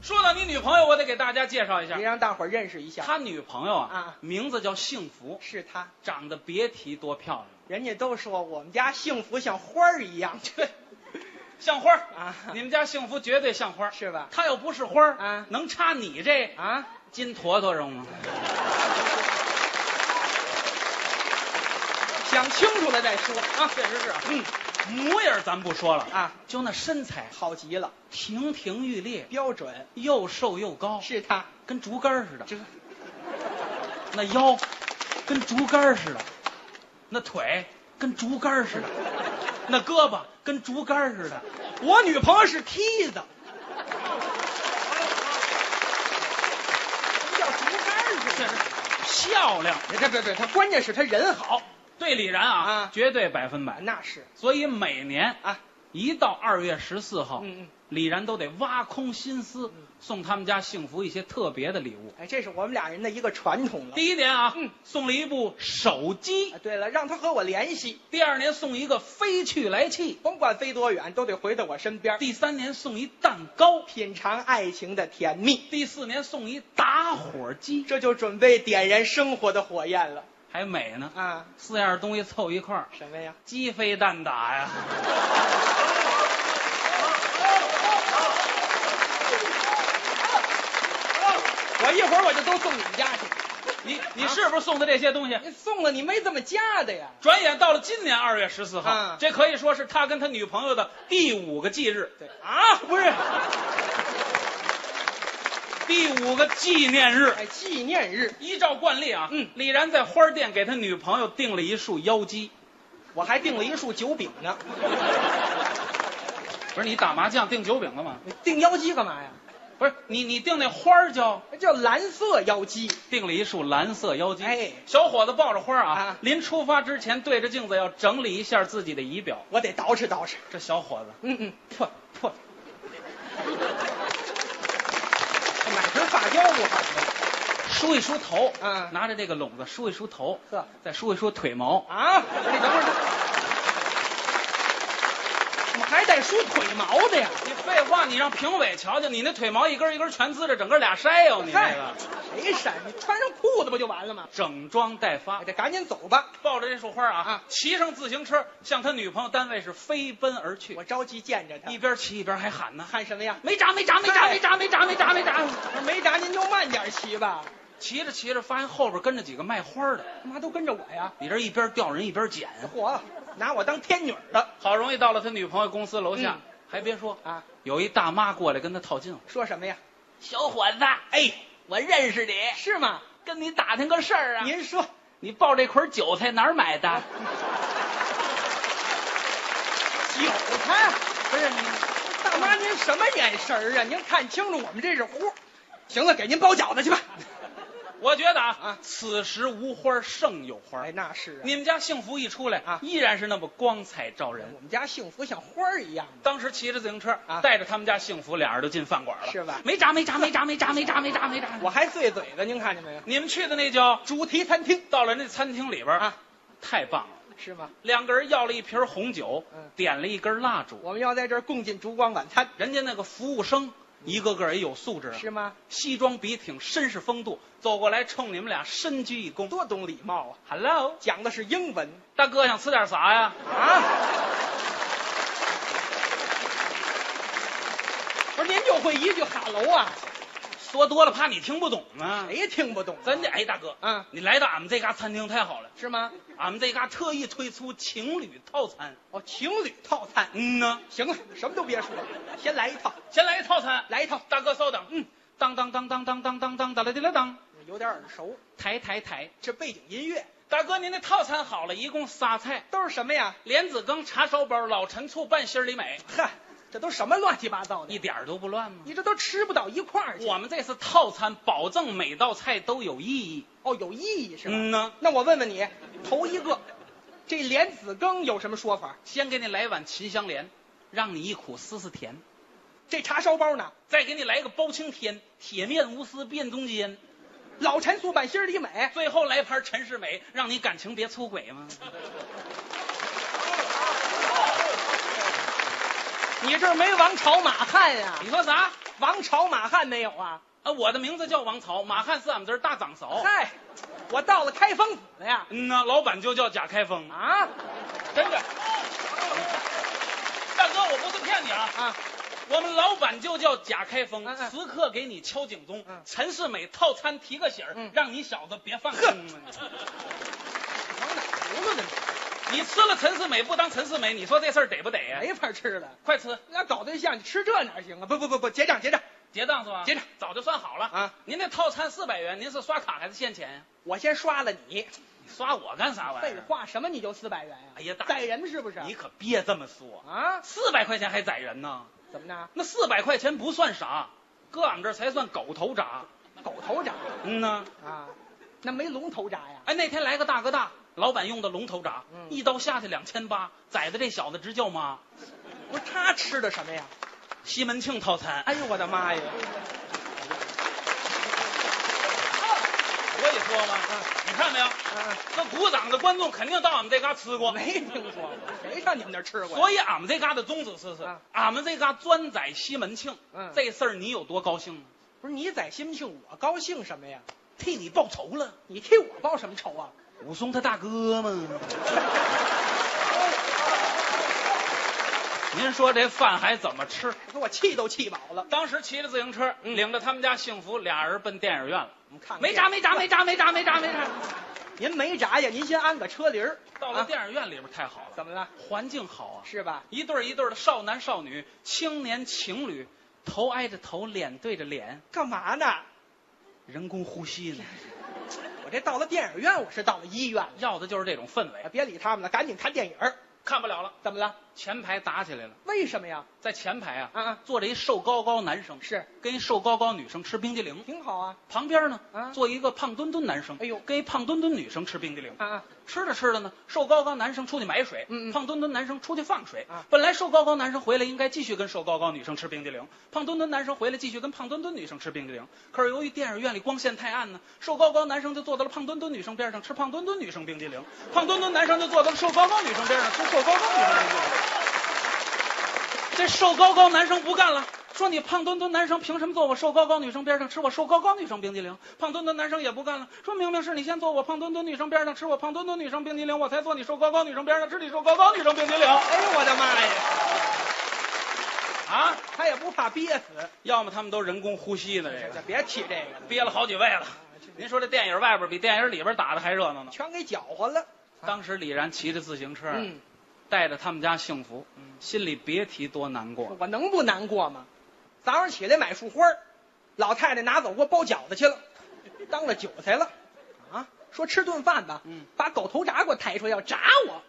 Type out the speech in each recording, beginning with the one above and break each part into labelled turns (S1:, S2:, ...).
S1: 说到你女朋友，我得给大家介绍一
S2: 您
S1: 下，
S2: 让大伙儿认识一下，
S1: 他女朋友啊
S2: 哎啊，
S1: 名字叫幸福，
S2: 是他。
S1: 长得别提多漂亮，
S2: 人家都说我们家幸福像花儿一 样
S1: 像花儿。
S2: 啊，
S1: 你们家幸福绝对像花儿，
S2: 是吧？
S1: 她要不是花儿
S2: 啊
S1: 能插你这
S2: 啊，
S1: 金坨坨上吗？
S2: 想清楚了再说啊。
S1: 确实是，嗯，模样儿咱不说了
S2: 啊，
S1: 就那身材
S2: 好极了，
S1: 亭亭玉立，
S2: 标准
S1: 又瘦又高，
S2: 是 他。
S1: 跟竹竿儿似的。
S2: 这
S1: 那腰跟竹竿儿似的，那腿跟竹竿儿似的，那胳膊跟竹竿儿似的。
S2: 我女朋友是梯子。什么叫竹竿儿似
S1: 这是漂亮，
S2: 的？这这这，他关键是他人好，
S1: 对李然啊，
S2: 啊
S1: 绝对百分百。
S2: 那是
S1: 所以每年
S2: 啊，
S1: 一到二月十四号，
S2: 嗯嗯，
S1: 李然都得挖空心思送他们家幸福一些特别的礼物。
S2: 哎，这是我们俩人的一个传统了。
S1: 第一年啊，
S2: 嗯
S1: 送了一部手机；
S2: 啊对了，让他和我联系，
S1: 第二年送一个飞去来气；
S2: 甭管飞多远，都得回到我身边，
S1: 第三年送一蛋糕；
S2: 品尝爱情的甜蜜。
S1: 第四年送一打火机，
S2: 这就准备点燃生活的火焰了
S1: 还美呢。
S2: 啊！
S1: 四样东西凑一块儿，
S2: 什么呀？
S1: 鸡飞蛋打呀！
S2: 我一会儿我就都送你们家去。
S1: 你你是不是送的这些东西？
S2: 你送了你没这么加的呀？
S1: 转眼到了今年二月十四号，
S2: 啊
S1: 这可以说是他跟他女朋友的第五个忌日，
S2: 对啊，不是，
S1: 第五个纪念日。
S2: 哎，纪念日
S1: 依照惯例啊，
S2: 嗯，
S1: 李然在花店给他女朋友订了一束妖姬。
S2: 我还订了一束酒饼呢。
S1: 不是你打麻将订酒饼了吗？
S2: 你订妖姬干嘛呀？
S1: 不是你你订那花儿叫
S2: 那叫蓝色妖姬，
S1: 订了一束蓝色妖姬。
S2: 哎
S1: 小伙子抱着花儿啊，
S2: 啊
S1: 临出发之前对着镜子要整理一下自己的仪表。
S2: 我得捯饬捯饬。
S1: 这小伙子
S2: 嗯嗯，
S1: 破破
S2: 买瓶发胶不好
S1: 梳一梳头，
S2: 嗯
S1: 拿着这个笼子梳一梳头，
S2: 呵
S1: 再梳一梳腿毛，
S2: 吗？啊，你等会儿，怎么还带梳腿毛的呀？
S1: 你废话，你让评委瞧瞧，你那腿毛一根一根全滋着，整个俩筛哟、你那个
S2: 谁闪？你穿上裤子不就完了吗？
S1: 整装待发
S2: 哎，，得赶紧走吧，
S1: 抱着这束花啊，
S2: 啊
S1: 骑上自行车向他女朋友单位是飞奔而去，
S2: 我着急见着他。
S1: 一边骑一边还喊呢。
S2: 看什么呀？
S1: 没炸，没炸，没炸，没炸，没炸，没炸，没炸！
S2: 没炸您就慢点骑吧，
S1: 骑着骑着，发现后边跟着几个卖花的，
S2: 干嘛都跟着我呀？
S1: 你这一边吊人一边捡。
S2: 嚯，拿我当天女儿的
S1: 好容易到了他女朋友公司楼下，
S2: 嗯
S1: 还别说，
S2: 啊？
S1: 有一大妈过来跟他套近乎。
S2: 说什么呀？
S1: 小伙子，哎，我认识你，
S2: 是吗？
S1: 跟你打听个事儿啊。
S2: 您说
S1: 你抱这捆韭菜哪儿买
S2: 啊
S1: 的？
S2: 韭菜，
S1: 不是你，
S2: 大妈您什么眼神儿啊？您看清楚，我们这是货。行了，给您包饺子去吧。
S1: 我觉得啊，
S2: 啊
S1: 此时无花胜有花。
S2: 哎，那是啊，
S1: 你们家幸福一出来
S2: 啊
S1: 依然是那么光彩照人
S2: 我。们家幸福像花儿一样的。
S1: 当时骑着自行车，
S2: 啊
S1: 带着他们家幸福，俩人就进饭馆了。
S2: 是吧
S1: 没炸，没炸，没炸，没炸，没炸，没炸，没炸。
S2: 我还醉嘴了，您看见没有？
S1: 你们去的那叫，
S2: 主题餐厅
S1: 到了那餐厅里边
S2: 啊，
S1: 太棒了。
S2: 是吗？
S1: 两个人要了一瓶红酒，
S2: 嗯
S1: 点了一根蜡烛。
S2: 我们要在这儿共进烛光晚餐，
S1: 人家那个服务生一个个也有素质啊，
S2: 嗯是吗？
S1: 西装笔挺，绅士风度，走过来冲你们俩深鞠一躬。
S2: 多懂礼貌啊！
S1: Hello，
S2: 讲的是英文
S1: 大哥想吃点啥呀？
S2: 啊。不是您就会一句哈喽啊？
S1: 说多了怕你听不懂啊。
S2: 谁听不懂？
S1: 咱这哎，大哥，
S2: 嗯，
S1: 你来到俺们这嘎餐厅太好了，
S2: 是吗？
S1: 俺们这嘎特意推出情侣套餐。
S2: 哦，情侣套餐。
S1: 嗯呢，
S2: 行了，什么都别说了，先来一套，
S1: 先来一套餐。
S2: 来一套，
S1: 大哥稍等，嗯，当当当当当当当当当当当，
S2: 有点耳熟。
S1: 抬抬抬。
S2: 这背景音乐
S1: 大哥，您那套餐好了，一共仨菜：
S2: 都是什么呀？
S1: 莲子羹、茶烧包、老陈醋拌心儿里美，
S2: 嗨，这都什么乱七八糟的
S1: 一？点儿都不乱吗？
S2: 你这都吃不到一块儿去。
S1: 我们这次套餐，保证每道菜都有意义。
S2: 哦，有意义是吧？
S1: 嗯呢，
S2: 那我问问你，头一个，这莲子羹有什么说法？
S1: 先给你来碗秦香莲，让你一苦思思甜；
S2: 这叉烧包呢？
S1: 再给你来个包青天，铁面无私辨忠奸；
S2: 老陈醋拌心儿里美，
S1: 最后来盘陈世美，让你感情别出轨吗？
S2: 你这儿没王朝马汉呀、
S1: 你说啥？
S2: 王朝马汉没有啊？
S1: 啊，我的名字叫王曹，马汉四俺们字儿大长勺。
S2: 嗨，我到了开封府了呀！
S1: 嗯呐，老板就叫贾开封，
S2: 啊
S1: 真的。大哥，我不是骗你啊，
S2: 啊，
S1: 我们老板就叫贾开封
S2: 嗯，嗯
S1: 时刻给你敲警钟
S2: 嗯。
S1: 陈世美套餐提个醒儿
S2: 嗯，
S1: 让你小子别放空啊
S2: 往哪葫芦呢？
S1: 你吃了陈世美不当陈世美，你说这事儿得不得呀？
S2: 没法吃了。
S1: 快吃，
S2: 要搞对象，你吃这哪行啊？不不不不，结账结账
S1: 结账是吧？
S2: 结账
S1: 早就算好了
S2: 啊！
S1: 您那套餐四百元，您是刷卡还是现钱呀？
S2: 我先刷了你。
S1: 你刷我干啥玩意
S2: 废
S1: 儿？啊
S2: 话，什么你就四百元呀、
S1: 哎哎呀大
S2: 宰人是不是？
S1: 你可别这么说，
S2: 啊？
S1: 四百块钱还宰人呢？
S2: 怎么呢？
S1: 那四百块钱不算啥，搁俺们这儿才算狗头铡。
S2: 狗头铡
S1: 嗯呐，
S2: 啊？那没龙头铡呀？
S1: 哎，那天来个大哥大，老板用的龙头铡，
S2: 嗯
S1: 一刀下去两千八，宰的这小子直叫妈。
S2: 不是他吃的什么呀？
S1: 西门庆套餐，哎，
S2: 哎呦我的妈呀！
S1: 我也说了，
S2: 嗯
S1: 你看没有？
S2: 啊，
S1: 那鼓掌的观众肯定到俺们这嘎吃过，
S2: 没听说过，谁上你们那儿吃过呀？
S1: 所以俺们这嘎的宗旨是是
S2: 啊，
S1: 俺们这嘎专宰西门庆。
S2: 嗯
S1: 这事儿你有多高兴？啊
S2: 不是你宰西门庆，我高兴什么呀？
S1: 替你报仇了，
S2: 你替我报什么仇啊？
S1: 武松他大哥嘛。 您说这饭还怎么吃？
S2: 给我气都气饱了。
S1: 当时骑着自行车，嗯领着他们家幸福俩人奔电影院了。
S2: 我们看看
S1: 没炸，没炸，没炸，没炸，没炸，没炸。
S2: 您没炸呀？您先安个车铃儿。
S1: 到了
S2: 啊
S1: 电影院里边太好了，
S2: 怎么了？
S1: 环境好啊，
S2: 是吧？
S1: 一对儿一对儿的少男少女、青年情侣，头挨着头，脸对着脸，
S2: 干嘛呢？
S1: 人工呼吸呢，
S2: 我这到了电影院，我是到了医院了。
S1: 要的就是这种氛围
S2: 哎。别理他们了，赶紧看电影儿。
S1: 看不了了，
S2: 怎么了？
S1: 前排打起来了，
S2: 为什么呀？
S1: 在前排啊，
S2: 啊啊，
S1: 坐着一瘦高高男生，
S2: 是
S1: 跟一瘦高高女生吃冰激凌，
S2: 挺好啊。
S1: 旁边呢、
S2: 啊
S1: 坐一个胖墩墩男生，
S2: 哎呦
S1: 跟一胖墩墩女生吃冰激凌，
S2: 啊啊，
S1: 吃着吃着呢，瘦高高男生出去买水，
S2: 嗯嗯
S1: 胖墩墩男生出去放水。
S2: 啊
S1: 本来瘦高高男生回来应该继续跟瘦高高女生吃冰激凌，胖墩墩男生回来继续跟胖墩墩女生吃冰激凌。可是由于电影院里光线太暗呢，瘦高高男生就坐到了胖墩墩女生边上吃胖墩墩女生冰激凌，胖墩墩男生就坐到了瘦高高女生边上吃瘦高高女生冰激凌。这瘦高高男生不干了。说你胖墩墩男生凭什么坐我瘦高高女生边上吃我瘦高高女生冰激凌？胖墩墩男生也不干了，说明明是你先坐我胖墩墩女生边上吃我胖墩墩女生冰激凌，我才坐你瘦高高女生边上吃你瘦高高女生冰激凌
S2: 哎呦我的妈呀！
S1: 啊！
S2: 他也不怕憋死。
S1: 要么他们都人工呼吸的，这
S2: 这
S1: 个
S2: 别提这个了，
S1: 憋了好几位了。您说这电影外边比电影里边打的还热闹呢。
S2: 全给搅和了。
S1: 当时李然骑着自行车，
S2: 嗯，
S1: 带着他们家幸福，心里别提多难过了。
S2: 我能不难过吗？早上起来买束花儿老太太拿走给我包饺子去了，当了韭菜了。啊，说吃顿饭吧，
S1: 嗯
S2: 把狗头铡给我抬出来要铡我。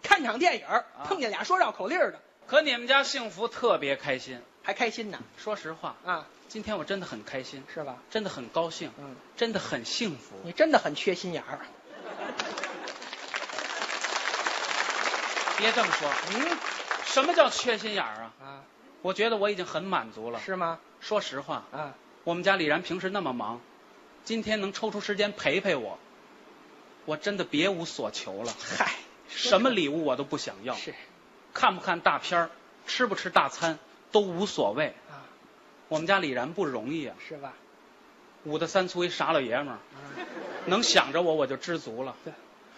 S2: 看场电影儿
S1: 啊
S2: 碰见俩说绕口令儿的，
S1: 可你们家幸福特别开心，
S2: 还开心呢。
S1: 说实话，
S2: 啊，
S1: 今天我真的很开心，
S2: 是吧？
S1: 真的很高兴，
S2: 嗯，
S1: 真的很幸福。
S2: 你真的很缺心眼儿。啊
S1: 别这么说，
S2: 嗯
S1: 什么叫缺心眼儿啊？
S2: 啊，
S1: 我觉得我已经很满足了。
S2: 是吗？
S1: 说实话，
S2: 啊，
S1: 我们家李然平时那么忙，今天能抽出时间陪陪我，我真的别无所求了。
S2: 嗨，
S1: 什么礼物我都不想要，
S2: 是
S1: 看不看大片儿，吃不吃大餐都无所谓。
S2: 啊，
S1: 我们家李然不容易啊，
S2: 是吧？啊
S1: 五大三粗一傻老爷们儿，能想着我我就知足了
S2: 对。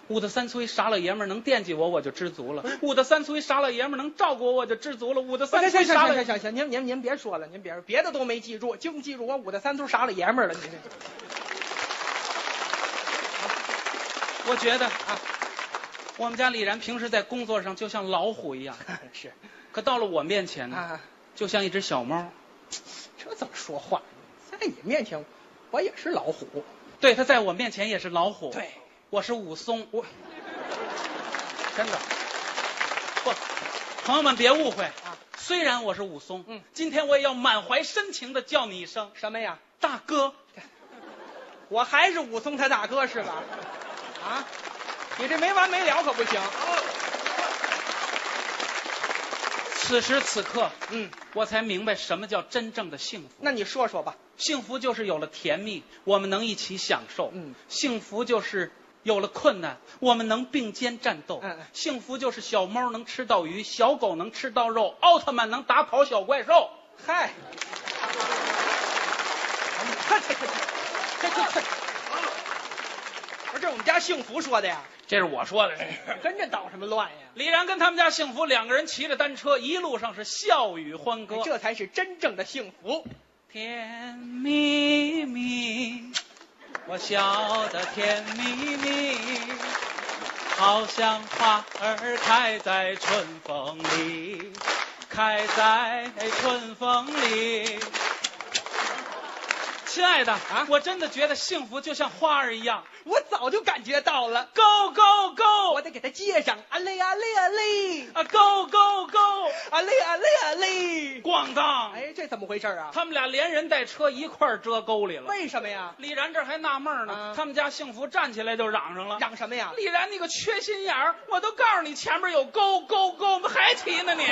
S1: 五大三粗一傻老爷们儿能惦记我我就知足了。
S2: 嗯
S1: 五大三粗一傻老爷们儿能照顾我我就知足了。五大三粗
S2: 行
S1: 一
S2: 行行
S1: 傻老
S2: 行行行，您您您别说了，您别说，别的都没记住，净记住我五大三粗傻老爷们儿了。您 这
S1: 我觉得啊，我们家李然平时在工作上就像老虎一样，
S2: 是
S1: 可到了我面前呢，
S2: 啊，
S1: 就像一只小猫。
S2: 这怎么说话？在你面前，我也是老虎。
S1: 对，它在我面前也是老虎。，
S2: 对，
S1: 我是武松。
S2: 我真的
S1: 不，朋友们别误会
S2: 啊，
S1: 虽然我是武松，
S2: 嗯，
S1: 今天我也要满怀深情的叫你一声
S2: 什么呀？
S1: 大哥。
S2: 我还是武松他大哥是吧？啊，你这没完没了可不行。
S1: 此时此刻，
S2: 嗯，
S1: 我才明白什么叫真正的幸福。
S2: 那你说说吧。
S1: 幸福就是有了甜蜜，我们能一起享受。
S2: 嗯，
S1: 幸福就是有了困难，我们能并肩战斗。
S2: 嗯嗯
S1: 幸福就是小猫能吃到鱼，小狗能吃到肉，奥特曼能打跑小怪兽。
S2: 嗨，这这这这这这，不是这我们家幸福说的呀，
S1: 这是我说的， 这是。
S2: 跟着捣什么乱呀？
S1: 李然跟他们家幸福两个人骑着单车，一路上是笑语欢歌，
S2: 这才是真正的幸福。
S1: 甜蜜蜜，我笑得甜蜜蜜，好像花儿开在春风里，开在春风里。亲爱的啊，我真的觉得幸福就像花儿一样
S2: 我早就感觉到了，
S1: ，Go Go
S2: 我
S1: Go
S2: 得给他接上，啊嘞啊嘞啊嘞，
S1: 啊，Go Go Go，
S2: 啊嘞啊嘞啊嘞。
S1: 咣当！
S2: 哎，这怎么回事啊？
S1: 他们俩连人带车一块儿折沟里了。
S2: 为什么呀？
S1: 李然这还纳闷呢，
S2: 啊
S1: 他们家幸福站起来就嚷上了。
S2: 嚷什么呀？
S1: 李然，你个缺心眼儿！我都告诉你前面有沟沟沟，还提呢你。